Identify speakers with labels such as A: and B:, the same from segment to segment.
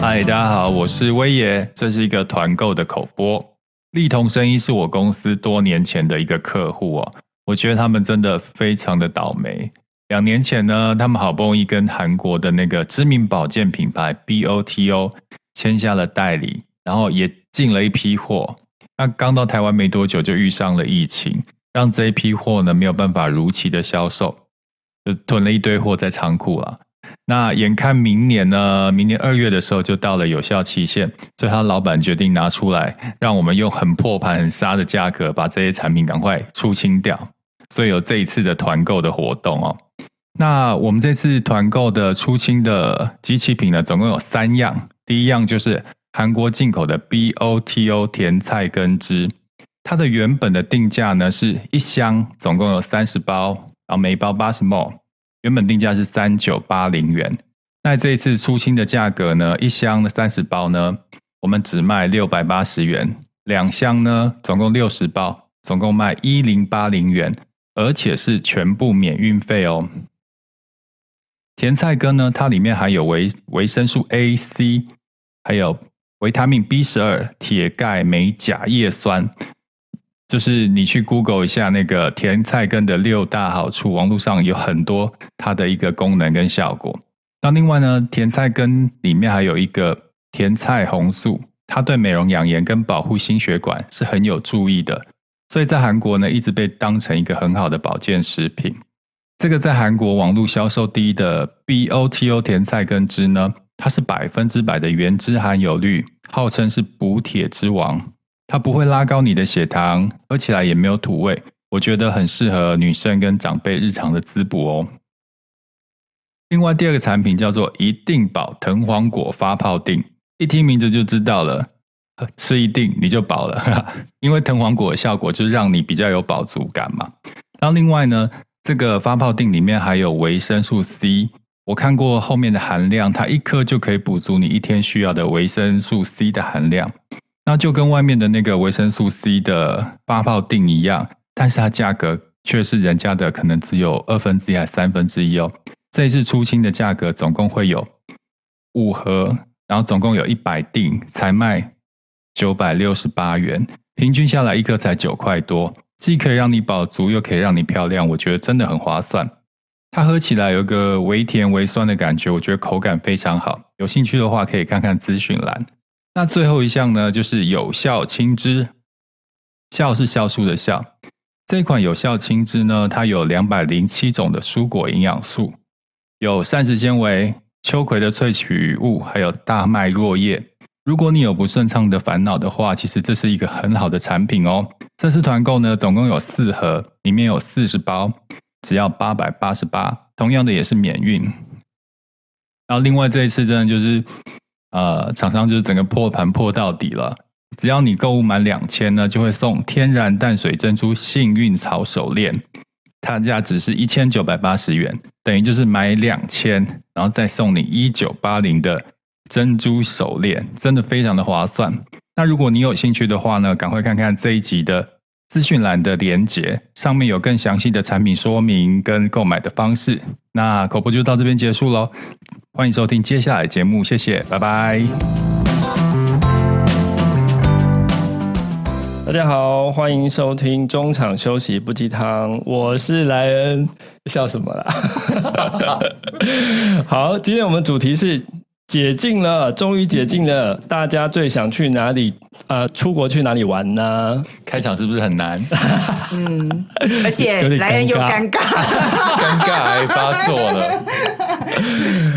A: 嗨，大家好，我是威爷，这是一个团购的口播。力同生医是我公司多年前的一个客户哦，我觉得他们真的非常的倒霉。两年前呢，他们好不容易跟韩国的那个知名保健品牌 BOTO 签下了代理，然后也进了一批货。那刚到台湾没多久，就遇上了疫情，让这一批货呢没有办法如期的销售，就囤了一堆货在仓库啊。那眼看明年呢，明年二月的时候就到了有效期限，所以他老板决定拿出来，让我们用很破盘、很杀的价格把这些产品赶快出清掉。所以有这一次的团购的活动哦。那我们这次团购的出清的机器品呢，总共有三样。第一样就是韩国进口的 BOTO 甜菜根汁，它的原本的定价呢是一箱总共有三十包，然后每包八十 ml，原本定价是三九八零元。那这一次出清的价格呢，一箱的三十包呢，我们只卖六百八十元，两箱呢总共六十包，总共卖一零八零元，而且是全部免运费哦。甜菜根呢，它里面含有维维生素 A、C，还有维他命 B 十二、铁、钙、镁、钾、叶酸。就是你去 Google 一下那个甜菜根的六大好处，网络上有很多它的一个功能跟效果。那另外呢，甜菜根里面还有一个甜菜红素，它对美容养颜跟保护心血管是很有注意的，所以在韩国呢一直被当成一个很好的保健食品。这个在韩国网络销售第一的 BOTO 甜菜根汁呢，它是百分之百的原汁含有率，号称是补铁之王。它不会拉高你的血糖，喝起来也没有土味，我觉得很适合女生跟长辈日常的滋补哦。另外第二个产品叫做一定饱藤黄果发泡锭，一听名字就知道了，呃吃一定你就饱了，哈 哈因为藤黄果的效果就是让你比较有饱足感嘛。然后另外呢，这个发泡锭里面还有维生素 C，我看过后面的含量，它一颗就可以补足你一天需要的维生素 C 的含量。那就跟外面的那个维生素 C 的发泡锭一样，但是它价格却是人家的可能只有二分之一还三分之一哦。这一次出清的价格总共会有五盒，然后总共有一百锭，才卖九百六十八元，平均下来一颗才九块多，既可以让你饱足，又可以让你漂亮，我觉得真的很划算。它喝起来有个微甜微酸的感觉，我觉得口感非常好。有兴趣的话，可以看看资讯栏。那最后一项呢，就是有效青汁，酵是酵素的酵。这款有效青汁呢，它有两百零七种的蔬果营养素，有膳食纤维、秋葵的萃取物，还有大麦落叶。如果你有不顺畅的烦恼的话，其实这是一个很好的产品哦。这次团购呢，总共有四盒，里面有四十包，只要八百八十八，同样的也是免运。然后另外这一次真的就是，呃，厂商就是整个破盘破到底了。只要你购物满两千呢，就会送天然淡水珍珠幸运草手链，它价值是一千九百八十元，等于就是买两千，然后再送你一九八零的珍珠手链，真的非常的划算。那如果你有兴趣的话呢，赶快看看这一集的资讯栏的连结，上面有更详细的产品说明跟购买的方式。那口播就到这边结束喽，欢迎收听接下来节目，谢谢，拜拜。
B: 大家好，欢迎收听中场休息不鸡汤，我是莱恩。笑什么啦？ 好，今天我们主题是解禁了，终于解禁了，大家最想去哪里？呃，出国去哪里玩呢？
A: 开场是不是很 难？
C: 而
B: 有
C: 且
B: 点
C: 来人又
B: 尴
C: 尴尬，
A: 尴尬癌发作 了，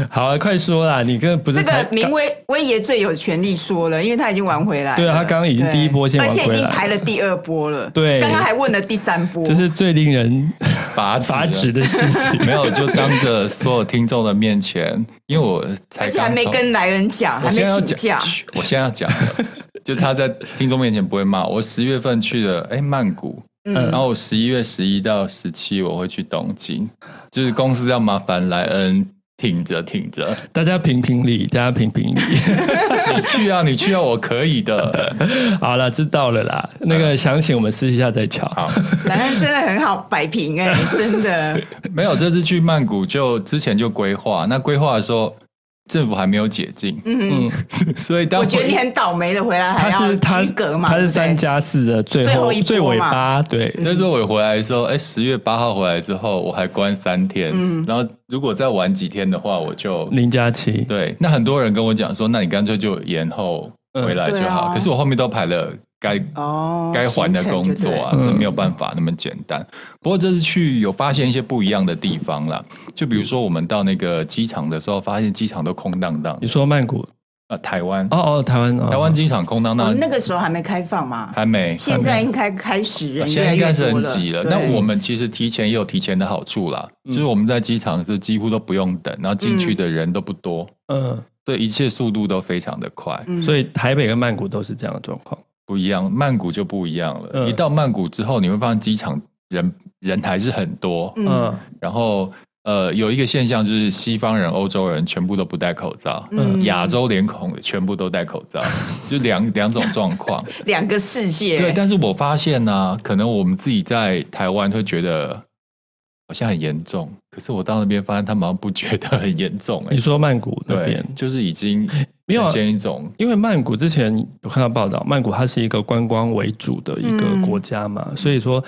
B: 好了，快说啦！你跟不是
C: 这
B: 才
C: 个明威威爷最有权利说了，因为他已经玩回来了。
B: 对啊他刚刚已经
C: 对
B: 第一波先玩
C: 而
B: 回来
C: 且已经排了第二波了。
B: 对
C: 刚刚还问了第三波。
B: 这是最令人
A: 拔指
B: 发指的事情。
A: 没有，就当着所有听众的面前，因为我才
C: 而且还没
A: 刚从
C: 跟来人讲，还
A: 我现在要
C: 没请
A: 讲
C: 假，，
A: 嘘我现在要讲的，就他在听众面前不会骂我。十月份去了哎曼谷，
C: 嗯
A: 然后我十一月十一到十七我会去东京，就是公司要麻烦莱恩挺着挺着，
B: 大家评评理，大家评评理。
A: 你去啊你去啊，我可以的。
B: 好了，知道了啦。那个详情我们私下再瞧。
A: 好，
C: 来人真的很好摆平哎，真的。
A: 没有这次去曼谷就之前就规划，那规划的时候政府还没有解禁，
C: 嗯，
A: 所以当
C: 我觉得
A: 回
C: 你很倒霉的，回来还
B: 他
C: 要
B: 是他
C: 居格嘛，
B: 他
C: 对
B: 是
C: 不对
B: 三加四的最
C: 最
B: 后
C: 后一波
B: 最尾
C: 嘛
B: 巴，对，
A: 那时候我回来的时候，哎、十月八号回来之后，我还关三天，
C: 嗯
A: 然后如果再玩几天的话，我就
B: 零加七，
A: 对。那很多人跟我讲说，那你干脆就延后回来就好。
C: 嗯对啊
A: 可是我后面都排了该
C: 哦，
A: 该还的工作啊，
B: 嗯
A: 所以没有办法那么简单。不过这次去有发现一些不一样的地方啦，就比如说我们到那个机场的时候，发现机场都空荡荡
B: 你，说曼谷？
A: 呃，台湾、
B: 哦哦，台湾，哦
A: 台湾机场空荡
C: 行程就对。
A: 荡
C: 哦，，那个时候还没开放嘛，
A: 还没，
C: 现
A: 还没
C: 在应该开始人
A: 现
C: 越
A: 在
C: 来
A: 应该
C: 越
A: 是
C: 多
A: 很
C: 了。
A: 急了。
C: 对
A: 那我们其实提前也有提前的好处啦，就是我们在机场是几乎都不用等，然后进去的人都不多，
B: 嗯，
A: 对一切速度都非常的快，
C: 嗯
B: 所以台北跟曼谷都是这样的状况。
A: 不一样。曼谷就不一样了，
B: 嗯
A: 一到曼谷之后，你会发现机场人人还是很多，
B: 嗯
A: 然后。呃，有一个现象就是西方人、欧洲人全部都不戴口罩，
C: 嗯
A: 亚洲脸孔全部都戴口罩，就两两种状况。
C: 两个世界，
A: 对，但是我发现呢、可能我们自己在台湾会觉得好像很严重，可是我到那边发现他们好像不觉得很严重、
B: 你
A: 欸，
B: 说曼谷那
A: 对
B: 边，，
A: 就是已经
B: 没有啊
A: 呈现一种
B: 因为曼谷之前有看到报道，曼谷它是一个观光为主的一个
C: 嗯
B: 国家嘛，所以说，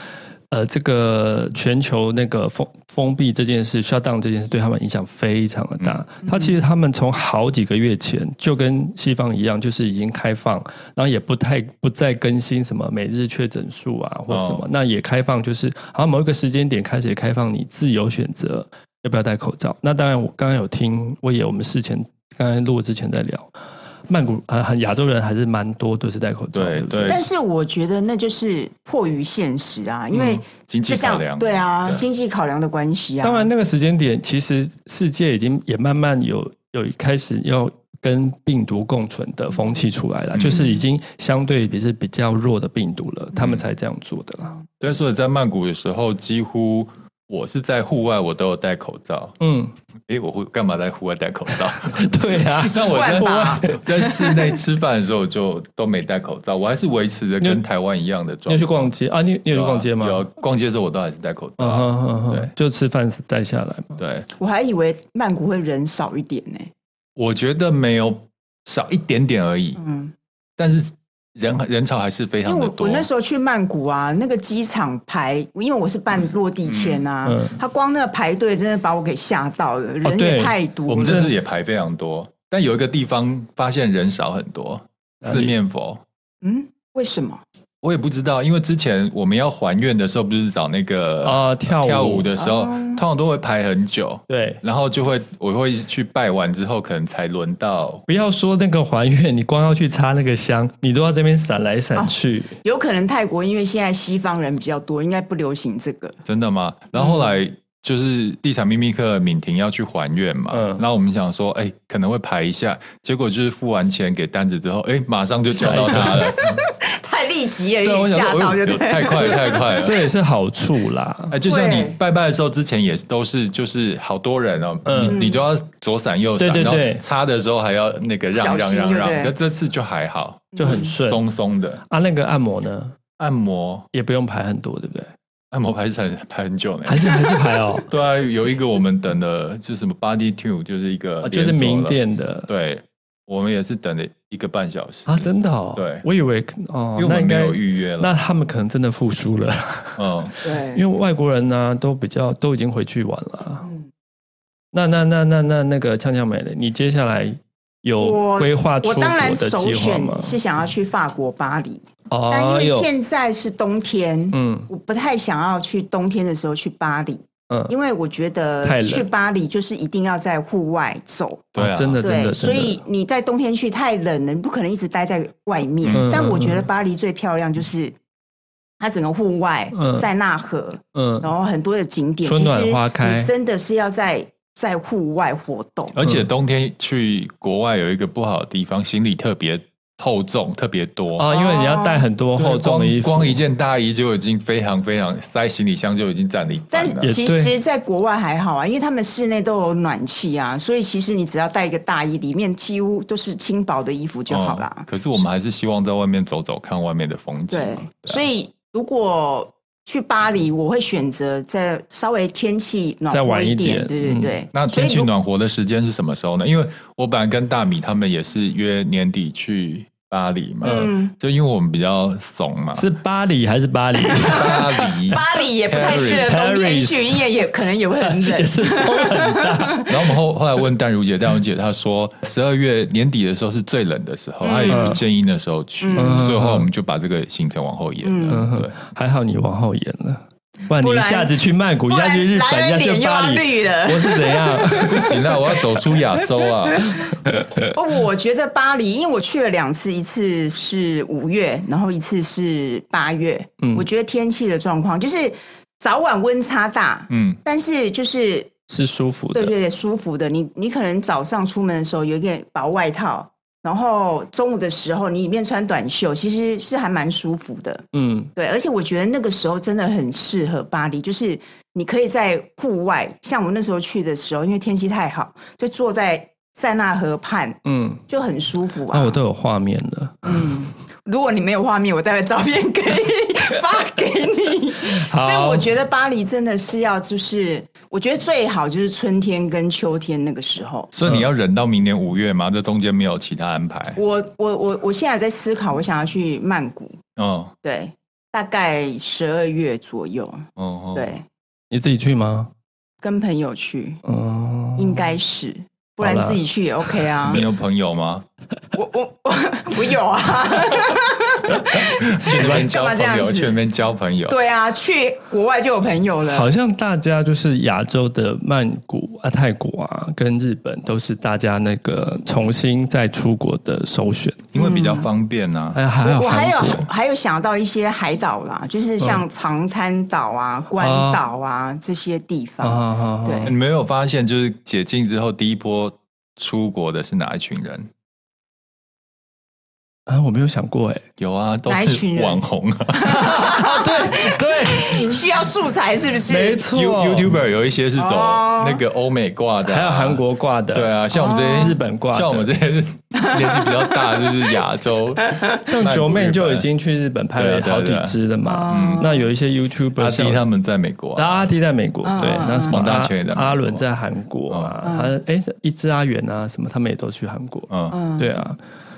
B: 呃，这个全球那个封封闭这件事、shut down 这件事对他们影响非常的大。它其实他们从好几个月前就跟西方一样，就是已经开放，然后也不太不再更新什么每日确诊数啊或什么，
A: 哦
B: 那也开放，就是好像某一个时间点开始也开放你自由选择要不要戴口罩。那当然，我刚刚有听魏野，我们事前刚才录之前在聊。曼谷啊，很亚洲人还是蛮多都是戴口罩，
A: 对
B: 不
A: 对
C: 但是我觉得那就是迫于现实啊，因为
A: 嗯经济
C: 就像
A: 考量。
C: 对啊，
A: 对
C: 经济考量的关系啊。
B: 当然，那个时间点，其实世界已经也慢慢有有开始要跟病毒共存的风气出来了，
A: 嗯
B: 就是已经相对比是比较弱的病毒了，他们才这样做的啦。
A: 对，所以在曼谷的时候，几乎我是在户外我都有戴口罩。
B: 嗯，
A: 诶，我会干嘛在户外戴口 罩？
B: 对呀、啊，
A: 但我
C: 惯吧
A: 在 在室内吃饭的时候就都没戴口罩，我还是维持着跟台湾一样的
B: 你
A: 状
B: 有
A: 态
B: 去。逛街啊？你你有去逛街吗？
A: 有啊有逛街的时候我都还是戴口罩
B: 嗯
A: 啊。
B: 哼嗯
A: 对
B: 哼，就吃饭摘下来嘛。
A: 对，
C: 我还以为曼谷会人少一点呢、
A: 我觉得没有少一点点而已，
C: 嗯，
A: 但是人人潮还是非
C: 因为
A: 常的
C: 我
A: 多。
C: 我那时候去曼谷啊，那个机场排，因为我是办落地签啊，
B: 嗯嗯
C: 他光那个排队真的把我给吓到了，人
B: 对
C: 也太多
A: 哦
C: 了。
A: 我们这次也排非常多，但有一个地方发现人少很多，
B: 哪里
A: 四面佛。
C: 嗯，为什么？
A: 我也不知道，因为之前我们要还愿的时候，不是找那个
B: 啊跳舞
A: 的时候，
C: 啊
A: 通常都会排很久，
B: 对，
A: 然后就会我会去拜完之后，可能才轮到
B: 不要说那个还愿，你光要去插那个香，你都要这边闪来
C: 哦
B: 闪去。
C: 有可能泰国因为现在西方人比较多，应该不流行这个。
A: 真的吗？然后后来就是地产秘密课敏婷要去还愿嘛，
B: 嗯
A: 然后我们想说，哎、可能会排一下，结果就是付完钱给单子之后，哎、马上就叫到他了，
C: 太立即了，
A: 对，
C: 有
A: 我
C: 点
A: 想
C: 吓
A: 说，
C: 到
A: 哎
C: 就
A: 呦
C: 对了。
A: 太快了，太快了。
B: 这也是好处啦，
C: 嗯
A: 哎，就像你
C: 对
A: 拜拜的时候，之前也都是就是好多人哦，
B: 嗯
A: 你你都要左闪右闪，
B: 对对对
A: 然后擦的时候还要那个让
C: 小
A: 让
C: 心
A: 让让
C: 对不，对
A: 那这次就还好，
B: 就很顺
A: 松松的
B: 啊。那个按摩呢，
A: 按摩，
B: 也不用排很多，对不对？
A: 按摩排是很排很久呢，，
B: 还是还是排哦
A: 对啊，有一个我们等的就是什么 Body Two，就是一个
B: 啊就是
A: 连锁
B: 名
A: 了
B: 店的
A: 对，我们也是等了一个半小时，
B: 啊，真的哦。
A: 对
B: 我以为哦
A: 因为，我们
B: 那应
A: 没
B: 该
A: 有预约了。
B: 那他们可能真的复苏了，
A: 嗯，
C: 对，
B: 因为外国人呢、都比较都已经回去玩了。
C: 嗯
B: 那那那那那那个呛呛美人，你接下来有
C: 我
B: 规划出
C: 我
B: 国
C: 当然
B: 的
C: 首
B: 计划
C: 选
B: 吗？
C: 是想要去法国巴黎，但因
B: 哦
C: 为
B: 有
C: 现在是冬天，
B: 嗯
C: 我不太想要去冬天的时候去巴黎，
B: 嗯，
C: 因为我觉
B: 太
C: 得
B: 冷
C: 去巴黎就是一定要在户外走。
A: 对啊，
B: 哦真的真
C: 对，
B: 的，
C: 所
B: 真的
C: 以你在冬天去太冷了，你不可能一直待在外面。
B: 嗯
C: 但我觉得巴黎最漂亮就是它整个户外，
B: 嗯
C: 塞纳河，
B: 嗯
C: 然后很多的景点，
B: 春暖花开
C: 其实你真的是要在在户外活动。
A: 而且冬天去国外有一个不好的地方，行李特别厚重，特别多。
B: 啊，因为你要带很多
A: 对
B: 厚重的衣服，
A: 光，光一件大衣就已经非常非常塞行李箱就已经占了一半
C: 但
A: 了。
B: 也
C: 其
B: 对
C: 实，在国外还好啊，因为他们室内都有暖气啊，所以其实你只要带一个大衣，里面几乎都是轻薄的衣服就好
B: 哦
C: 啦
A: 啊嗯。可是我们还是希望在外面走走，看外面的风景。
C: 对，所以如果去巴黎，我会选择在稍微天气暖
B: 再
C: 和
B: 晚一点
C: 点，对对
B: 嗯
C: 对。
A: 那
C: 所以
A: 天气
C: 如
A: 暖和的时间是什么时候呢？因为我本来跟大米他们也是约年底去巴黎嘛，
C: 嗯
A: 就因为我们比较怂嘛，
B: 是巴黎还是巴黎？
A: 巴 黎，
C: 巴黎也不太适合冬
B: Paris
C: 天去，因为也可能也会很 冷
B: 也。是哦风很大，
A: 然后我们后后来问淡如姐，淡如姐她说十二月年底的时候是最冷的时
C: 嗯
A: 候，她也不建议那时候去，
B: 嗯
A: 所以后来我们就把这个行程往后延了。
B: 嗯
A: 对，
B: 还好你往后延了，不然你
C: 不
B: 一
C: 然
B: 下子去曼谷，一
C: 不
B: 下
C: 然
B: 去日本，一下
C: 男人脸
B: 去
C: 又要
B: 巴黎，
C: 绿了。
B: 我是怎样？
C: 嗯
A: 不行啊，我要走出亚洲 啊！
C: 哦，我觉得巴黎，因为我去了两次，一次是五月，然后一次是八月。
B: 嗯
C: 我觉得天气的状况就是早晚温差大，
A: 嗯，
C: 但是就是
B: 是舒服
C: 对
B: 的，
C: 对对，舒服的。你你可能早上出门的时候有一件薄外套，然后中午的时候你里面穿短袖，其实是还蛮舒服的。
B: 嗯，
C: 对，而且我觉得那个时候真的很适合巴黎，就是你可以在户外，像我那时候去的时候，因为天气太好，就坐在塞纳河畔。
B: 嗯，
C: 就很舒服啊！
B: 那我都有画面了。
C: 如果你没有画面，我待会照片 可以发给你。
B: 好
C: 所以我觉得巴黎真的是要，就是我觉得最好就是春天跟秋天那个时候。
A: 所以你要忍到明年五月
C: 嗯
A: 吗？这中间没有其他安排？
C: 我我我我现在有在思考，我想要去曼谷，
A: 嗯，哦
C: 对，大概十二月左右，
A: 哦，
C: 对，
B: 你自己去吗？
C: 跟朋友去，
B: 嗯，
C: 应该是，不然
B: 好啦
C: 自己去也 OK 啊
A: 嗯你。有朋友吗？
C: 我我 我我有啊，
A: 去那边交
C: 干嘛这
A: 朋
C: 样
A: 友，
C: 子
A: 去那边交朋友。
C: 对啊，去国外就有朋友了。
B: 好像大家就是亚洲的曼谷啊、泰国啊跟日本都是大家那个重新再出国的首选。
A: 因为比较方便啊。
B: 哎，还有
C: 我我还有
B: 韩国
C: 还有想到一些海岛啦，就是像长滩岛啊、关岛啊这些地
B: 啊
C: 方。
B: 啊啊
C: 对
A: 你没有发现，就是解禁之后第一波出国的是哪一群人？
B: 啊！我没有想过哎、
A: 有啊，都
C: 哪一群
A: 是
C: 人
A: 网红啊
C: 哦
B: 对对，
C: 需要素材是不
B: 没
C: 是？
B: 错
A: You-，YouTuber 有一些是走
C: 哦
A: 那个欧美挂的啊，
B: 还有韩国挂的，
A: 对啊，像我们这些
B: 日本挂的
A: 像我们这些年纪比较大，就是亚洲，
B: 像九妹就已经去日本拍了好几支了嘛。
C: 哦
B: 那有一些 YouTuber
A: 阿弟
B: 像
A: 他们在美国
B: 那
A: 啊，
B: 阿迪在美国，
C: 嗯
B: 对，
C: 嗯
B: 那什么
A: 王大嗯
B: 阿
A: 千也在美国
B: 阿伦在韩国啊，还有哎一只阿元啊什么，他们也都去韩国。
A: 嗯，
B: 对啊，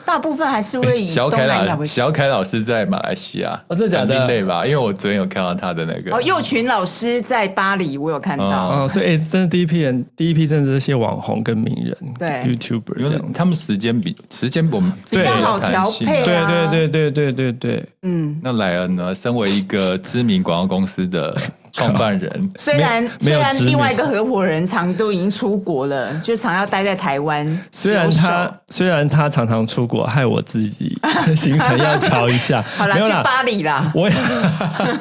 C: 大部分还是会以
A: 小
C: 东
A: 凯
C: 南亚为
A: 老
C: 主。
A: 小凯老师在马来西亚，
B: 哦真的假的
A: 很另类吧？因为我昨天有看到他的那个
C: 哦，幼群老师在巴黎，我有看到。
A: 哦
B: 嗯，所以哎，真的第一批人，第一批真的是这些网红跟名人，
C: 对
B: ，YouTuber
A: 因
B: 这
A: 为
B: 样。
A: 他们时间比时间我们
C: 比较好调配
B: 对
C: 对啊
B: 对对对对对对，
C: 嗯，
A: 那莱恩呢？身为一个知名广告公司的创办 人，
C: 虽然
B: 没
C: 虽
B: 有
C: 然
B: 知名
C: 另外一个合伙人常都已经出国了，就常要待在台湾。
B: 虽然
C: 留守
B: 他虽然他常常出国，害我自己行程要瞧一下，
C: 好啦，
B: 没有
C: 去
B: 啦，
C: 巴黎啦。
B: 我也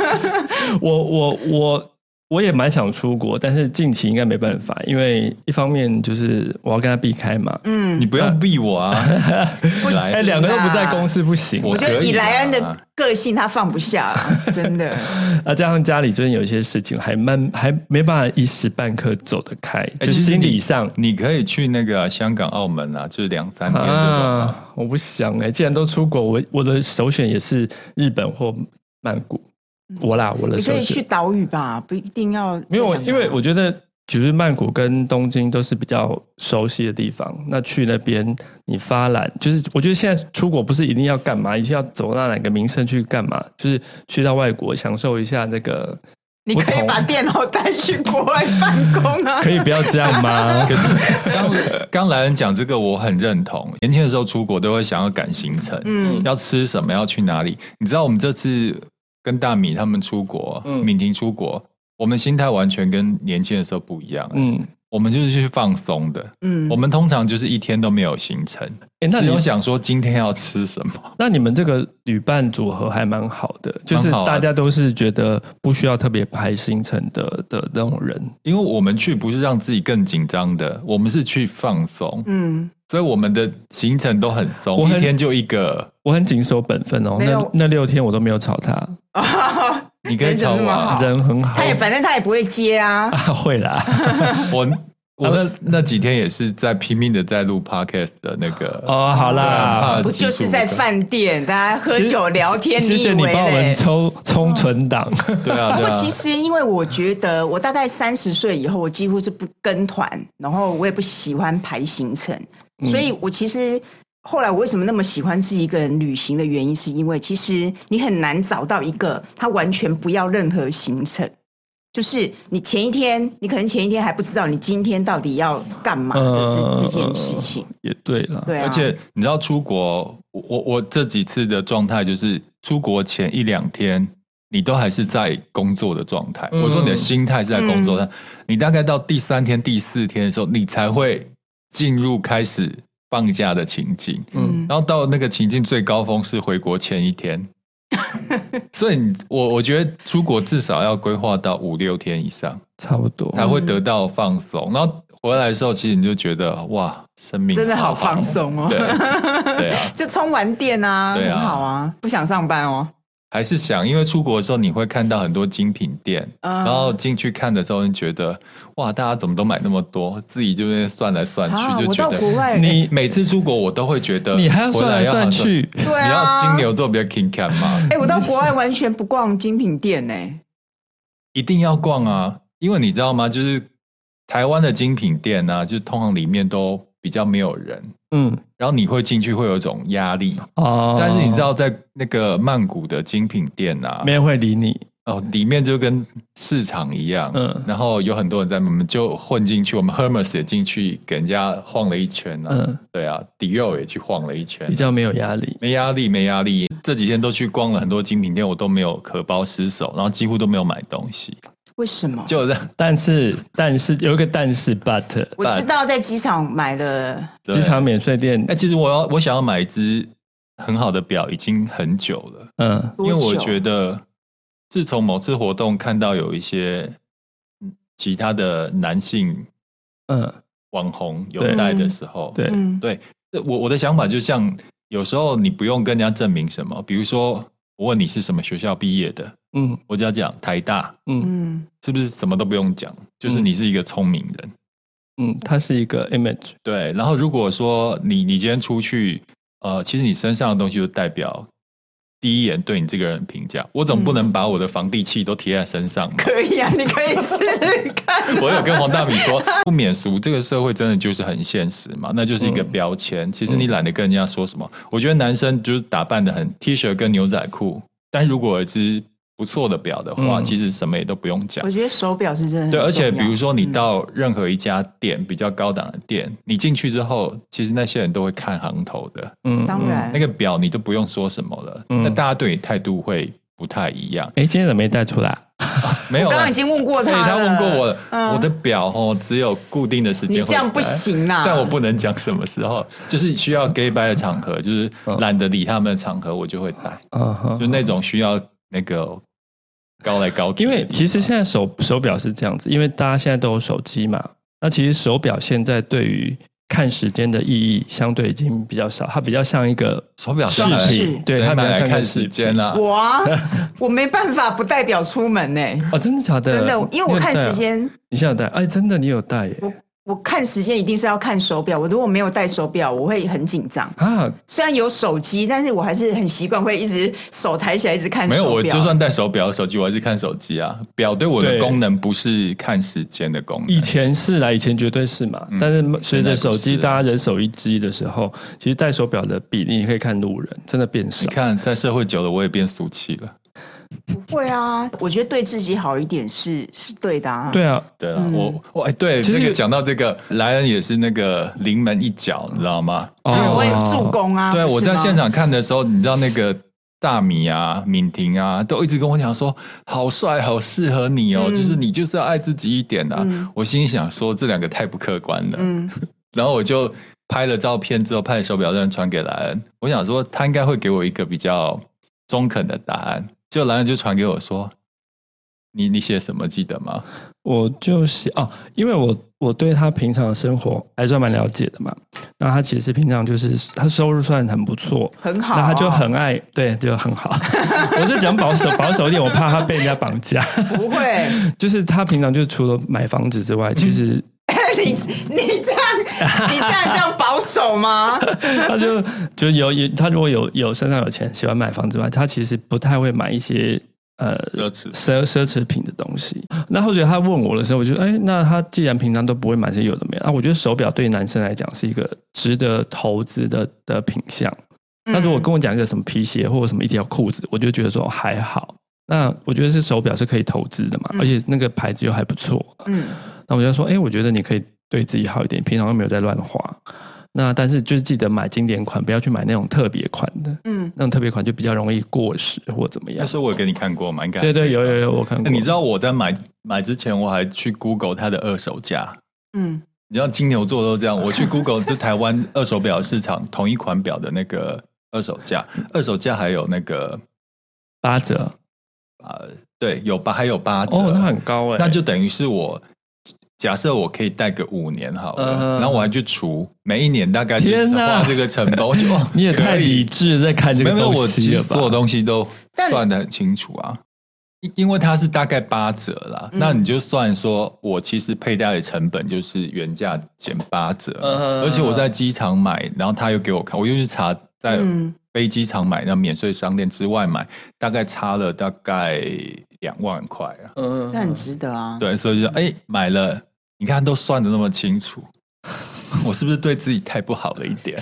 B: 我我我我也蛮想出国，但是近期应该没办法，因为一方面就是我要跟他避开嘛，
C: 嗯
A: 你不用逼我啊！
C: 不行
B: 哎，两个都不在公
C: 司，
B: 司不行，啊
A: 我
C: 我觉得
A: 可以
C: 以莱恩
A: 啦
C: 的个性，他放不下啦，真的。
B: 啊，加上家里最近有一些事情，还蛮还没办法一时半刻走得开，
A: 哎
B: 就
A: 其实
B: 心
A: 你
B: 理上。
A: 你可以去那个啊香港、澳门啊，就是两三天这种。
B: 啊，我不想哎、既然都出国，我我的首选也是日本或曼谷。我啦，我的
C: 嗯你
B: 首
C: 可以去
B: 选
C: 岛屿吧，不一定要
B: 没
C: 这
B: 有，
C: 样吧
B: 因为我觉得就是曼谷跟东京都是比较熟悉的地方。那去那边你发懒，就是我觉得现在出国不是一定要干嘛，一定要走到哪个名胜去干嘛，就是去到外国享受一下那 个。
C: 你可以把电脑带去国外办公啊。
B: 可以不要这样吗？可是
A: 刚刚 来人讲这个，我很认同。年轻的时候出国都会想要赶行程，
C: 嗯
A: 要吃什么，要去哪里。你知道我们这次跟大米他们出国，
B: 嗯
A: 敏婷出国，我们心态完全跟年轻的时候不一样。
B: 嗯，
A: 我们就是去放松的，
C: 嗯
A: 我们通常就是一天都没有行程，
B: 哎、那
A: 只
B: 你
A: 有想说今天要吃什么。
B: 那你们这个旅伴组合还蛮好的，就是
A: 蛮好啊
B: 大家都是觉得不需要特别排行程的的那种人。
A: 因为我们去不是让自己更紧张的，我们是去放松，
C: 嗯，
A: 所以我们的行程都很
B: 我
A: 松，
B: 很
A: 一天就一 个。
B: 我很谨守本分哦，
C: 没有
B: 那那六天我都没有吵他，
A: 你可以
C: 人怎
A: 找
C: 么
A: 我
C: 那么
A: 啊
C: 好，
B: 人很好
C: 他。也反正他也不会接啊。
B: 啊，会啦，
A: 我我那那几天也是在拼命的在录 podcast 的那个
B: 哦，好啦，
C: 不就是在饭店大家喝
B: 谢
C: 酒聊天？
B: 谢谢
C: 你
B: 你
C: 以为
B: 帮我们
C: 嘞嗯
B: 抽充存档，
A: 对啊
C: 不
A: 对
C: 过
A: 啊，
C: 其实，因为我觉得我大概三十岁以后，我几乎是不跟团，然后我也不喜欢排行程，
A: 嗯
C: 所以我其实后来我为什么那么喜欢自己一个人旅行的原因，是因为其实你很难找到一个他完全不要任何行程。就是你前一天，你可能前一天还不知道你今天到底要干嘛的这、
B: 嗯
C: 这件事情，
B: 也对了，
C: 对啊，
A: 呃而且你知道出国，我我我这几次的状态就是出国前一两天，你都还是在工作的状态。
B: 嗯
A: 我说你的心态是在工
C: 嗯
A: 作上，你大概到第三天、第四天的时候，你才会进入开始放假的情境。
C: 嗯，
A: 然后到那个情境最高峰是回国前一 天，所以你我我觉得出国至少要规划到五六天以上，
B: 差不多。
A: 才会得到放松。然后回来的时候，其实你就觉得哇，生命
C: 真的
A: 好
C: 好放松哦
A: 对，对啊，
C: 就充完电啊，
A: 对啊
C: 很好啊，不想上班哦，
A: 还是想，因为出国的时候你会看到很多精品店，
C: 嗯
A: 然后进去看的时候，你觉得哇，大家怎么都买那么多，自己就是算来算去，
C: 啊，
A: 就
C: 我
A: 觉
C: 到
A: 得
C: 国外，
A: 你每次出国，我都会觉得
B: 你还要算来算去，
A: 呃回
C: 对
A: 来
C: 啊，
A: 要好好你要金牛座比较 king cat 嘛，
C: 哎、我到国外完全不逛精品店呢、
A: 一定要逛啊，因为你知道吗？就是台湾的精品店呢、啊，就是通常里面都比较没有人，
B: 嗯
A: 然后你会进去会有一种压力，
B: 哦，
A: 但是你知道在那个曼谷的精品店啊，
B: 没人会理你，
A: 哦，里面就跟市场一样，
B: 嗯
A: 嗯，然后有很多人在，我们就混进去，我们 Hermes 也进去给人家晃了一圈啊，
B: 嗯
A: 对啊，迪奥也去晃了一圈
B: 比，较没有压力。
A: 没压力，没压力。这几天都去逛了很多精品店，我都没有荷包失手，然后几乎都没有买东西，
C: 为什么？
A: 就在
B: 但是但是有一个但是 but，
C: 我知道在机场买了，
A: 对
B: 机场免税店
A: 哎、，其实我要我想要买一只很好的表，已经很久了，
B: 嗯，
A: 因为
C: 多
A: 我
C: 久
A: 觉得自从某次活动看到有一些嗯其他的男性
B: 嗯，
A: 网红有
B: 对
A: 戴的时候，
B: 对
C: 嗯，
A: 对，这我我的想法就像有时候你不用跟人家证明什么，比如说我问你是什么学校毕业的，
B: 嗯
A: 我只要讲台大，
B: 嗯
C: 嗯，
A: 是不是什么都不用讲，就是
B: 嗯
A: 你是一个聪明人。
B: 嗯，它是一个 image，
A: 对，然后如果说你你今天出去，呃，其实你身上的东西就代表。第一眼对你这个人的评价，我总不能把我的房地契都贴在身上嘛。
C: 可以啊，你可以试 试看。
A: 我有跟黄大米说，不免俗，这个社会真的就是很现实嘛，那就是一个标
B: 嗯
A: 签。其实你懒得跟人家说什么。我觉得男生就是打扮的很 T 恤跟牛仔裤，但如果有一只不错的表的话，
B: 嗯
A: 其实什么也都不用讲
C: 我。觉得手表是真的很
A: 对，而且
C: 重要嗯
A: 比如说你到任何一家店、比较高档的店，你进去之后，其实那些人都会看行头的，
B: 嗯，
C: 当然
A: 那个表你都不用说什么了，
B: 嗯
A: 那大家对你态度会不太一样。
B: 哎，今天怎么没带出来？
A: 没有啦，
C: 刚刚已经问过
A: 对，
C: 了，
A: 他问过我，
C: 嗯
A: 我的表哦，只有固定的时间。
C: 你这样不行啦
A: 但我不能讲什么时候， 就是需要 gay bye 的场合，就是懒得理他们的场合，我就会戴，
B: 嗯哼
A: 就那种需要那个高来高去
B: 因
A: 的地方。
B: 为其实现在手手表是这样子，因为大家现在都有手机嘛，那其实手表现在对于看时间的意义相对已经比较少，它比较像一个
A: 手表
B: 饰
A: 是来
B: 品，对，
A: 谁
B: 它比
A: 买
B: 较
A: 来
B: 像一个
A: 看
B: 饰
A: 时
B: 品
A: 间啦。
C: 我啊，我没办法不代表出门 呢、
B: 哦，真的假的？
C: 真的，因为我看时
B: 你有戴啊，
C: 间，嗯
B: 你现在有戴？哎，真的你有戴耶？
C: 我看时间一定是要看手表。我如果没有戴手表，我会很紧张。
B: 啊，
C: 虽然有手机，但是我还是很习惯会一直手抬起来，一直看手
A: 没
C: 表。
A: 有，我就算戴手表、手机，我还是看手机啊。表对我的
B: 对
A: 功能不是看时间的功能，
B: 以前是啦，以前绝对是嘛。但是随着手
A: 嗯现
B: 机
A: 在不是
B: 大家人手一机的时候，其实戴手表的比例你可以看路人，真的变
A: 你
B: 少。
A: 看，在社会久了，我也变俗气了。
C: 会啊，我觉得对自己好一点是是对的啊。，
B: 对啊，
A: 对啊，我我哎，对，
B: 其实
A: 那
B: 有
A: 个讲到这个，莱恩也是那个临门一脚，你知道吗？
C: 因为我也
B: 哦
C: 助攻啊。
A: 对，
C: 不是
A: 我在
C: 吗
A: 现。场看的时候，你知道那个大米啊、敏婷啊，都一直跟我讲说，好帅，好适合你哦，
C: 嗯
A: 就是你就是要爱自己一点啊。
C: 嗯
A: 我心里想说，这两个太不客观了，
C: 嗯，
A: 然后我就拍了照片之后，拍了手表让传给莱恩，我想说他应该会给我一个比较中肯的答案，结果莱恩就传给我说。你你写什么记得吗？
B: 我就是哦，因为我我对他平常的生活还算蛮了解的嘛。那他其实平常就是他收入算很不错，
C: 很好、
B: 那
C: 啊。
B: 他就很爱对，就很 好。我是讲保守保守一点，我怕他被人家绑架。
C: 不会， 嗯
B: 就是他平常就除了买房子之外，其实
C: 你你这样你这样这样保守吗？
B: 他就就有有他如果有有身上有钱，喜欢买房子嘛，他其实不太会买一些呃
A: 奢侈
B: 奢奢侈品的东西。那或者他问我的时候，我就哎，那他既然平常都不会买这些有的没的啊，我觉得手表对男生来讲是一个值得投资的的品项。
A: 嗯
B: 那如果跟我讲一个什么皮鞋或者什么一条裤子，我就觉得说还好。那我觉得是手表是可以投资的嘛，
C: 嗯
B: 而且那个牌子又还不错。
C: 嗯
B: 那我就说，哎、我觉得你可以对自己好一点，平常又没有在乱花。那但是就是记得买经典款，不要去买那种特别款的，
C: 嗯，
B: 那种特别款就比较容易过时或怎么
A: 那
B: 样。
A: 时候我有给你看过嘛，应该
B: 对对，有有有，我看
A: 那
B: 过。
A: 哎你知道我在买买之前，我还去 Google 它的二手价。
C: 嗯
A: 你知道金牛座都这样，我去 Google 就台湾二手表市场同一款表的那个二手价，二手价还有那个
B: 八折
A: 呃，对，有八还有八折，
B: 哦，那很高哎、
A: 那就等于是我假设我可以戴个五年好了，
B: 嗯
A: 然后我还去除每一年大概去
B: 天哪
A: 花这个成本，我 就哇
B: 你也
A: 可
B: 太
A: 以
B: 理智在看这
A: 没
B: 个
A: 有没有，
B: 东
A: 我
B: 西
A: 其实
B: 了吧
A: 所？有东西都
C: 但
A: 算的很清楚啊，因因为它是大概八折啦，
C: 嗯
A: 那你就算说我其实佩戴的成本就是原价减八折嘛，
B: 嗯嗯嗯
A: 而且我在机场买，然后他又给我看，我又去查在
C: 嗯
B: 呃
A: 飞机场买那免税商店之外买，大概差了大概两万块啊，
B: 嗯，
C: 那很值得啊。
A: 对，所以就哎、买了，你看都算的那么清楚。 我是不是对自己太不好了一点？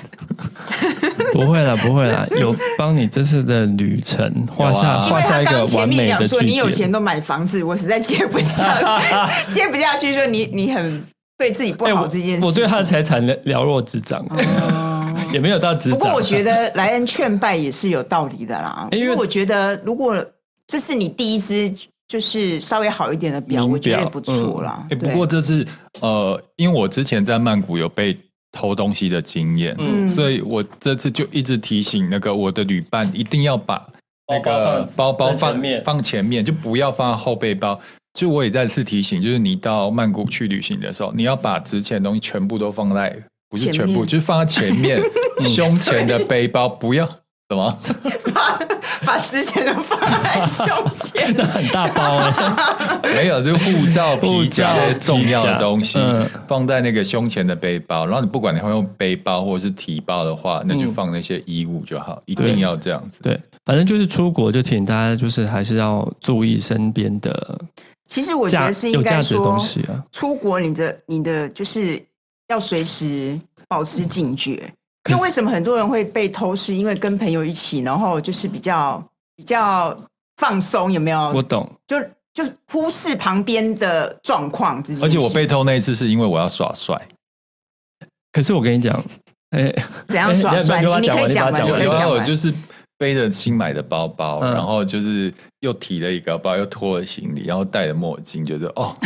B: 不会啦，不会啦，有帮你这次的旅程画下、
A: 有啊
C: 因
B: 画
C: 为
B: 下
C: 他
B: 一个
C: 刚前
B: 完
C: 面
B: 美的
C: 讲
B: 句
C: 说
B: 点。
C: 你有钱都买房子，我实在接不下， 接不下去，说你你很对自己不
B: 哎
C: 好
B: 我
C: 这件事情。啊
B: 我对他的财产了了若指掌，
C: 哦
B: 也没有到指
C: 不
B: 掌。
C: 过我觉得莱恩劝败也是有道理 的啦，
B: 因为
C: 因为我觉得如果这是你第一支就是稍微好一点的表，
B: 名
C: 我觉得
B: 表
C: 也不
B: 嗯
C: 错啦。
A: 哎、
C: 对
A: 不过这次呃，因为我之前在曼谷有被偷东西的经验，
B: 嗯
A: 所以我这次就一直提醒那个我的旅伴一定要把那个包
B: 包
A: 包
B: 包放
A: 放
B: 在前面
A: 放前面，就不要放后背包。就我也再次提醒，就是你到曼谷去旅行的时候，你要把值钱的东西全部都放在，不是
C: 前
A: 全部，
C: 面
A: 就是放在前 面胸前的背包，不要什么。
C: 把把之前的放在胸 前，
B: 那很大包哎、
A: 没有，就是护 照、
B: 护
A: 皮夹
B: 照
A: 这些重要
B: 皮
A: 的
B: 夹
A: 东西
B: 嗯，
A: 放在那个胸前的背包。然后你不管你会用背包或者是提包的话，那就
B: 嗯
A: 放那些衣物就好，一定要这样子。
B: 对，反正就是出国就提醒大家，就是还是要注意身边的
C: 其实我觉
B: 价
C: 得是应
B: 有价
C: 该
B: 值的东
C: 说，
B: 西啊。
C: 出国你的你的就是要随时保持警觉。因为为什么很多人会被偷，是因为跟朋友一起，然后就是比较比较放松，有没有？
B: 我懂，
C: 就就忽视旁边的状况这件事
A: 而且我被偷那一次是因为我要耍帅，
B: 可是我跟你讲，哎、
C: 怎样耍帅，
B: 哎
C: 你
B: 你
C: 你
B: 把它
C: 可以
B: 讲
C: 讲
B: 完
C: 完，
A: 有
B: 你把它
C: 你可
A: 一
C: 以
A: 次
C: 讲
A: 我
C: 完。
A: 就是背着新买的包包，
B: 嗯
A: 然后就是又提了一个包，又拖了行李，然后戴了墨镜，觉得哦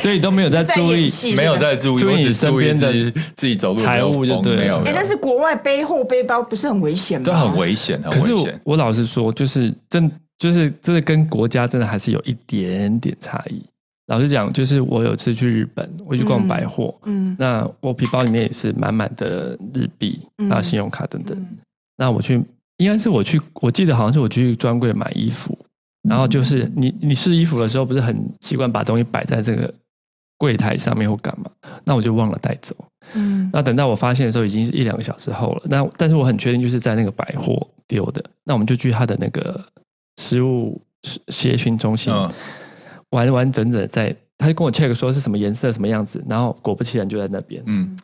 B: 所以都没有在注
C: 在
B: 意
C: 演。戏
A: 没有在注意，
B: 注意
A: 我只
B: 你身
A: 注意
B: 边的
A: 自己自己走路的
B: 财物就
A: 风
B: 对了
A: 没有，没
C: 哎、
A: 有
C: 但是国外背后背包不是很危险吗？
A: 都很危险，很
B: 可是
A: 危
B: 我
A: 险。
B: 我老实说，就是真就是这跟国家真的还是有一点点差异。老实讲，就是我有次去日本，我去逛百货，
C: 嗯
B: 那我皮包里面也是满满的日币，
C: 嗯
B: 那信用卡等等。
C: 嗯
B: 那我去，应该是我去，我记得好像是我去专柜买衣服，然后就是你你试衣服的时候，不是很习惯把东西摆在这个柜台上面或干嘛？那我就忘了带走。
C: 嗯
B: 那等到我发现的时候，已经是一两个小时后了。那但是我很确定就是在那个百货丢的。那我们就去他的那个食物协询中心，
A: 嗯
B: 完完整整在，他就跟我 check 说是什么颜色、什么样子，然后果不其然就在那边。
A: 嗯，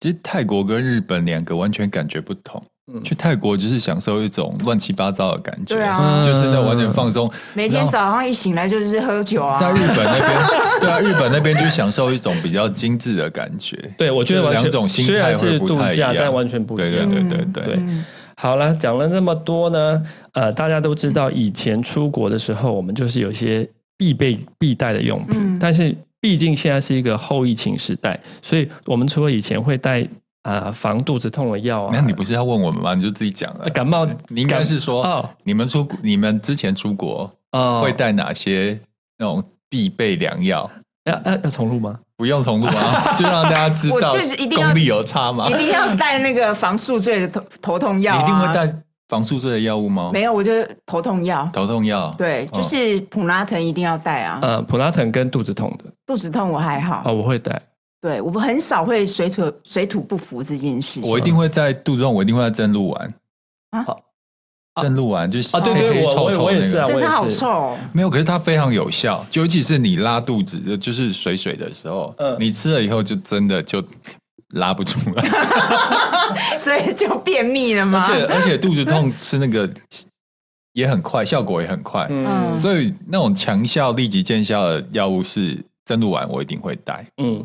A: 其实泰国跟日本两个完全感觉不同。
B: 嗯
A: 去泰国就是享受一种乱七八糟的感觉，
C: 对啊
A: 就是那完全放松。
C: 每天早上一醒来就是喝酒啊，
A: 在日本那边， 对啊，日本那边就享受一种比较精致的感觉。
B: 对，我觉得
A: 这
B: 完全
A: 两种心态
B: 虽然是
A: 会不
B: 度
A: 太一
B: 假
A: 样，
B: 但完全不一
A: 对
B: 样。嗯
A: 对对
C: 嗯
A: 对对
B: 对好了，讲了那么多呢，呃，大家都知道，以前出国的时候，我们就是有一些必备必带的用品，
C: 嗯
B: 但是毕竟现在是一个后疫情时代，所以我们除了以前会带啊、呃防肚子痛的药啊，
A: 那你不是要问我们吗？你就自己讲了
B: 呃。感冒
A: 你应该是
B: 哦
A: 说，你们出你们之前出国
B: 哦，
A: 会带哪些那种必备良药？
B: 要要要重录吗？
A: 不用重录 啊，就让大家知道
C: 我就是一定要
A: 功力有差嘛。
C: 一定要带那个防宿醉的头头痛药、啊，
A: 你一定会带防宿醉的药物吗？
C: 没有，我就头痛药。
A: 头痛药，
C: 对，
A: 哦
C: 就是普拉疼一定要带啊。
A: 嗯
B: 呃，普拉疼跟肚子痛的
C: 肚子痛我还
B: 啊、
C: 好，
B: 我会带。
C: 对，我们很少会水土水土不服这件事情。
A: 我一定会在肚子痛，我一定会在正露丸
C: 啊
A: 正露丸就是
B: 啊对对
A: 黑黑
B: 我
A: 臭
B: 我也
A: 臭
B: 我也
A: 那个
B: 是啊
C: 真的
B: 我
C: 好
B: 也是
C: 臭哦，
A: 没有，可是它非常有效，尤其是你拉肚子，就就是水水的时候，
B: 嗯
A: 你吃了以后就真的就拉不出 来，
C: 所以就便秘了吗
A: 而？且而且肚子痛吃那个也很快，效果也很快，
B: 嗯
A: 所以那种强效立即见效的药物是真露丸，我一定会带。
B: 嗯，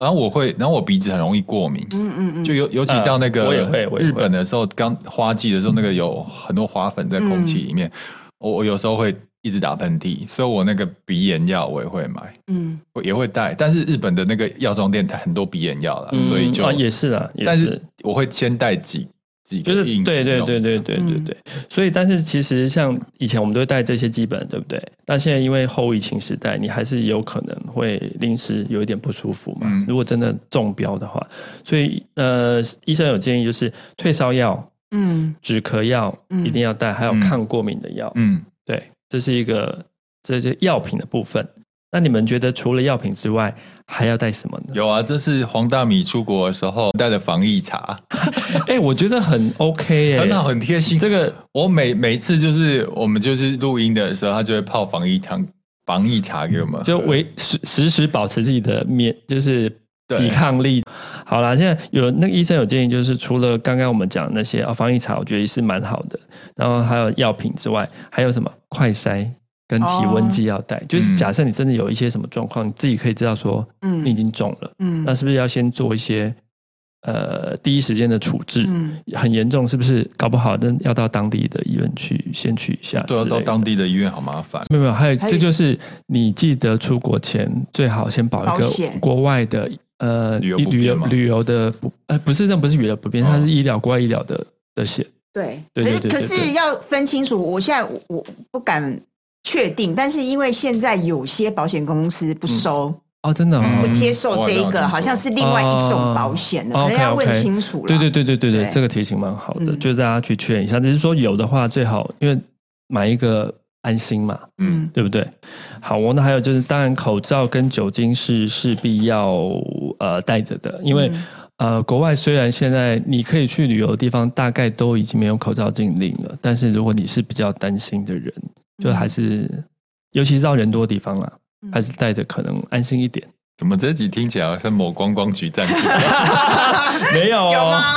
A: 然后我会，然后我鼻子很容易过敏，
C: 嗯嗯嗯，
A: 就尤尤其
B: 啊
A: 到那个
B: 我也会我也会
A: 日本的时候，刚花季的时候，那个有很多花粉在空气里面，
B: 嗯
A: 我我有时候会一直打喷嚏，所以我那个鼻炎药我也会买，
C: 嗯，
A: 我也会带。但是日本的那个药妆店它很多鼻炎药啦，
B: 嗯
A: 所以就、
B: 啊也是啊，也
A: 但
B: 是
A: 是。我会先带几几个
B: 就是
A: 应急
B: 对对
A: 用
B: 对对对对
C: 嗯
B: 对，所以但是其实像以前我们都会带这些基本，对不对？但现在因为后疫情时代，你还是有可能会临时有一点不舒服嘛。
A: 嗯
B: 如果真的中标的话，所以呃，医生有建议就是退烧药、
C: 嗯
B: 止咳药
C: 嗯
B: 一定要带，还有
A: 嗯
B: 抗过敏的药。
A: 嗯，
B: 对，这是一个这些药品的部分。那你们觉得除了药品之外，还要带什么呢？
A: 有啊，这次黄大米出国的时候带的防疫茶，
B: 哎、我觉得很 OK 哎、
A: 很好，很贴心。
B: 这个
A: 我每每次就是我们就是录音的时候，他就会泡防疫糖、防疫茶给我们喝，
B: 就维时时时保持自己的免，就是
A: 对
B: 抵抗力。好啦，现在有那个医生有建议，就是除了刚刚我们讲的那些啊、防疫茶，我觉得也是蛮好的。然后还有药品之外，还有什么快筛跟体温计要带。
A: 哦嗯
B: 就是假设你真的有一些什么状况，你自己可以知道说
C: 嗯
B: 你已经中了，
C: 嗯
B: 那是不是要先做一些呃第一时间的处置？
C: 嗯
B: 很严重，是不是？搞不好那要到当地的医院去先去一下之
A: 对
B: 类
A: 啊，
B: 的。
A: 到当地的医院好麻烦。
B: 没有没有，还有
C: 还有
B: 这就是你记得出国前最好先保一
C: 保
B: 个
C: 险
B: 国外的呃
A: 旅游
B: 医
A: 不
B: 旅游
A: 便吗
B: 旅游的不呃不是那不是旅游不便，
A: 哦
B: 它是医疗国外医疗的的险。
C: 对，
B: 对
C: 可是
B: 对对对
C: 可
B: 对
C: 是要分清楚，我现在我我不敢确定，但是因为现在有些保险公司不收、
B: 哦，真的
A: 嗯
C: 不
B: 哦，
C: 接受这一
A: 我了
C: 个，
A: 解
C: 好像是另外一种保险的，
B: 哦
C: 可能要
B: OK，OK
C: 问清楚了。
B: 对对对对对对，
C: 对
B: 这个提醒蛮好的，
C: 嗯
B: 就是大家去确认一下。只是说有的话最好，因为买一个安心嘛，
A: 嗯，
B: 对不对？好哦，那还有就是，当然口罩跟酒精是势必要呃带着的，因
C: 嗯
B: 为、呃，国外虽然现在你可以去旅游的地方大概都已经没有口罩禁令了，但是如果你是比较担心的人，就还是、尤其是到人多的地方啦，
C: 嗯
B: 还是带着可能安心一点。
A: 怎么这集听起来好像某观光局站 长？
B: 没有、哦，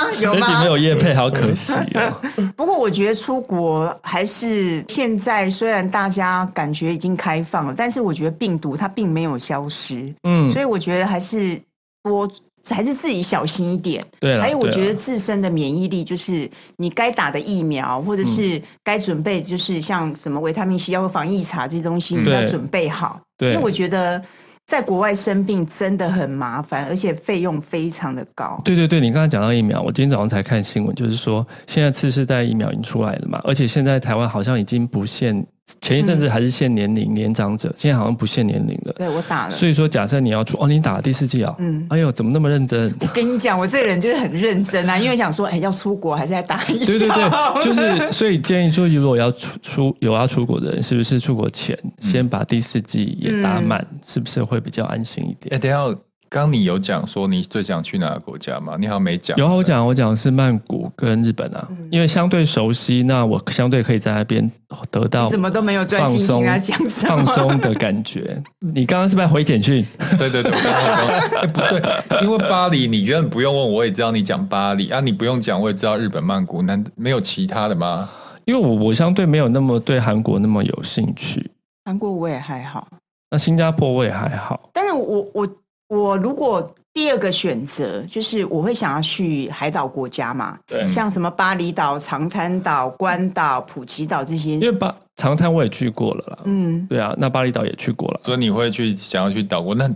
C: 有吗有吗
B: 而且没有夜配，好可惜 哦。
C: 不过我觉得出国还是现在，虽然大家感觉已经开放了，但是我觉得病毒它并没有消失，
B: 嗯
C: 所，以我觉得还是多还是自己小心一点。
B: 对了，
C: 还有，我
B: 对啦
C: 觉得自身的免疫力，就是你该打的疫苗，或者
B: 嗯
C: 是该准备，就是像什么维他命 C 药或防疫茶这些东西，
A: 嗯
C: 你要
B: 对
C: 准备好。因
B: 对
C: 为我觉得在国外生病真的很麻烦，而且费用非常的高。
B: 对对对，你刚才讲到疫苗，我今天早上才看新闻，就是说现在次世代疫苗已经出来了嘛，而且现在台湾好像已经不限，前一阵子还是限年龄、年长者，现在好像不限年龄了。
C: 嗯对我打了，
B: 所以说，假设你要出哦，你打了第四剂啊、
C: 嗯
B: 哎呦，怎么那么认 真？
C: 我跟你讲，我这个人就是很认真啊，因为想说，哎，要出国还是来打一下。
B: 对对 对，就是所以建议说，如果要出出有要出国的人，是不是出国前
C: 嗯
B: 先把第四剂也打满，是不是会比较安心一点？
A: 哎，等一下，刚你有讲说你最想去哪个国家吗？你好像没讲。
B: 有啊，我讲我讲是曼谷跟日本啊，
C: 嗯
B: 因为相对熟悉，那我相对可以在那边得到
C: 怎么都没有专
B: 放
C: 心
B: 松
C: 听他讲什么
B: 放松的感觉。你刚刚是不是在回简讯？
A: 对对对，我刚刚说， 哎，不对，因为巴黎，你真的不用问，我也知道你讲巴黎啊，你不用讲，我也知道日本曼谷，难没有其他的吗？
B: 因为我我相对没有那么对韩国那么有兴趣，
C: 韩国我也还好，
B: 那新加坡我也还好。
C: 但是我我我如果第二个选择就是我会想要去海岛国家嘛，
B: 对
C: 像什么巴厘岛、长滩岛、关岛、普吉岛这些
B: 因，为巴长滩我也去过了啦，
C: 嗯，
B: 对啊，那巴厘岛也去过了。
A: 所以你会去想要去岛国，那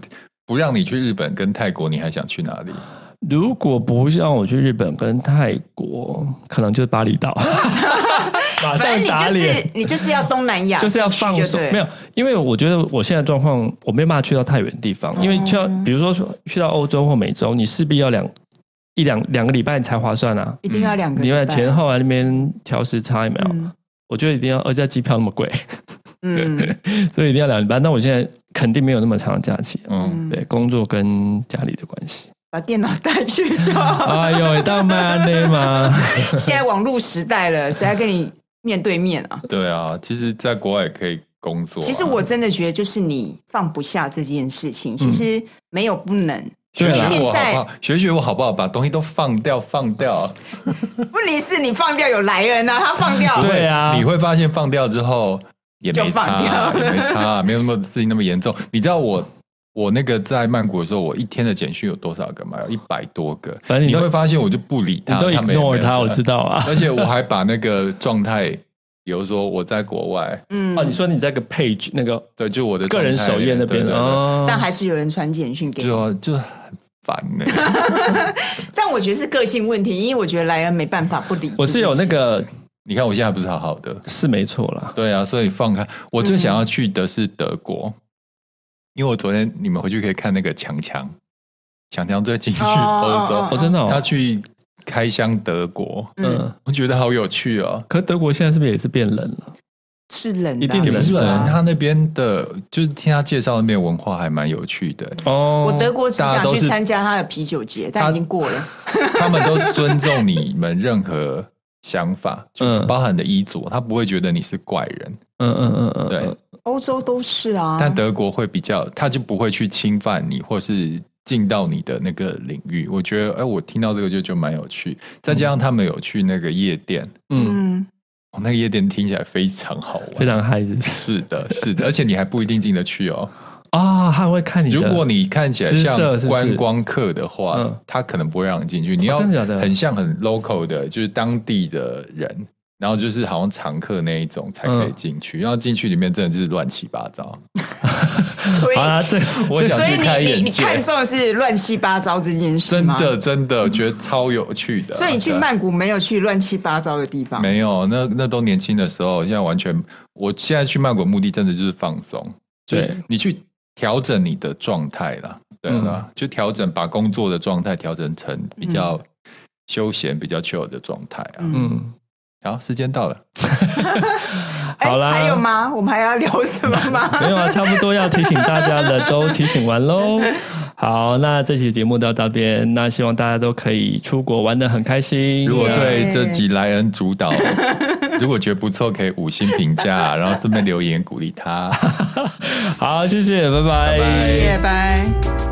A: 不让你去日本跟泰国，你还想去哪里？
B: 如果不让我去日本跟泰国，可能就是巴厘 岛，马
C: 反
B: 上
C: 正你
B: 打
C: 就
B: 脸。
C: 是你就是要东南亚地
B: 就
C: 区对，
B: 是要放手，没有，因为我觉得我现在状况，
C: 哦
B: 我没办法去到太远的地方，因为去到比如说去到欧洲或美洲，你势必要两一两两个礼拜才划算啊。
C: 一定要两个
B: 你
C: 礼
B: 外
C: 拜
B: 前后啊那边调时差有没有？
C: 嗯
B: 我觉得一定要，而且机票那么贵，
C: 嗯
B: 所以一定要两个礼拜。那我现在肯定没有那么长的假期，
A: 嗯，
C: 嗯，
B: 对，工作跟家里的关系。
C: 把电脑带去就好。
B: 哎呦，到曼内嘛，
C: 现在网络时代了，谁还跟你面对面啊？
A: 对啊，其实在国外也可以工作啊、
C: 其实我真的觉得，就是你放不下这件事情，其实没有不能。
A: 学
B: 嗯对啦
A: 学
C: 现
A: 我好不
C: 在
A: 好？学学我好不好？把东西都放掉，放掉。啊
C: 问题是你放掉有莱恩啊，他放掉，
B: 对啊
A: 你会发现放掉之后也没
C: 就
A: 差
C: 放
A: 啊，
C: 掉
A: 也
C: 了
A: 没差 啊，没有那么事情那么严重。你知道我我那个在曼谷的时候，我一天的简讯有多少个吗？有一百多个。
B: 反正你
A: 你
B: 都
A: 会发现，我就不理
B: 你
A: 他，
B: 都
A: 他没
B: ignore 他，我
A: 没有
B: 知道啊。
A: 而且我还把那个状态，比如说我在国外，
C: 嗯
B: 哦，，你说你在个 page 那个
A: 对，就我的
B: 个人
A: 状态
B: 首页那边
A: 对对对
B: 哦，
C: 但还是有人传简讯给你。
A: 就就很烦呢、
C: 但我觉得是个性问题，因为我觉得莱恩没办法不理。
B: 我是有那，个
A: 你看我现在还不是好好的，
B: 是没错啦，
A: 对啊，所以放开。我最
C: 嗯
A: 想要去的是德国，因为我昨天你们回去可以看那个强强，强强最近去欧洲，
C: 哦
B: 哦，真的哦，
A: 他去开箱德国，
C: 嗯，
B: 嗯，
A: 我觉得好有趣哦。
B: 可德国现在是不是也是变冷了？
C: 是冷的啊，
B: 一定
A: 你
B: 冷
A: 们是
B: 的啊
A: 他那边的，就是听他介绍那边文化还蛮有趣的，
B: 哦
C: 我德国只
A: 大家
C: 想
A: 都
C: 去
A: 是
C: 参加他的啤酒节，但已经过了。
A: 他们都尊重你们任何想法，
B: 嗯
A: 嗯，包含你的衣着，他不会觉得你是怪人，
B: 嗯嗯嗯嗯，
A: 对。
B: 嗯
C: 欧洲都是啊，
A: 但德国会比较，他就不会去侵犯你，或是进到你的那个领域。我觉得，哎、我听到这个就就蛮有趣。再加上他们有去那个夜店，
B: 嗯，
C: 嗯，
A: 哦、那个夜店听起来非常好玩，
B: 非常嗨是不是
A: 是的，是的，而且你还不一定进得去哦。
B: 啊，他会 看你的，
A: 如果你看起来
B: 姿色
A: 像
B: 是不是
A: 观光客的话，
B: 嗯哦
A: 他可能不会让你进去。你要
B: 真的假的
A: 很像很 local 的，就是当地的人，然后就是好像常客那一种才可以
B: 嗯
A: 进去。然后进去里面真的是乱七八糟。
C: 所以
B: 好啊啦，这
A: 我想
C: 所以
A: 去开
C: 你你
A: 眼
C: 你
A: 界，
C: 看中的是乱七八糟这件事
A: 真
C: 吗？
A: 的真的觉得超有趣的。
C: 所以你去
A: 对
C: 曼谷没有去乱七八糟的地方，
A: 没有？那那都年轻的时候，现在完全，我现在去曼谷的目的真的就是放松，就是
B: 对
A: 你去调整你的状态啦，对啦，
C: 嗯
A: 就调整把工作的状态调整成比较休闲、比较 chill 的状态啊。
C: 嗯
B: 嗯，
A: 好，时间到了，
C: 哎
B: 好啦
C: 还有吗？我们还要聊什么吗？
B: 没有啊，差不多要提醒大家的都提醒完 喽。好，那这期节目到这边，那希望大家都可以出国玩的很开心。
A: 如果对
C: Yeah
A: 这集莱恩主导，如果觉得不错，可以五星评价，啊然后顺便留言鼓励他。
B: 好，谢谢，拜
A: 拜拜
C: 谢谢，拜。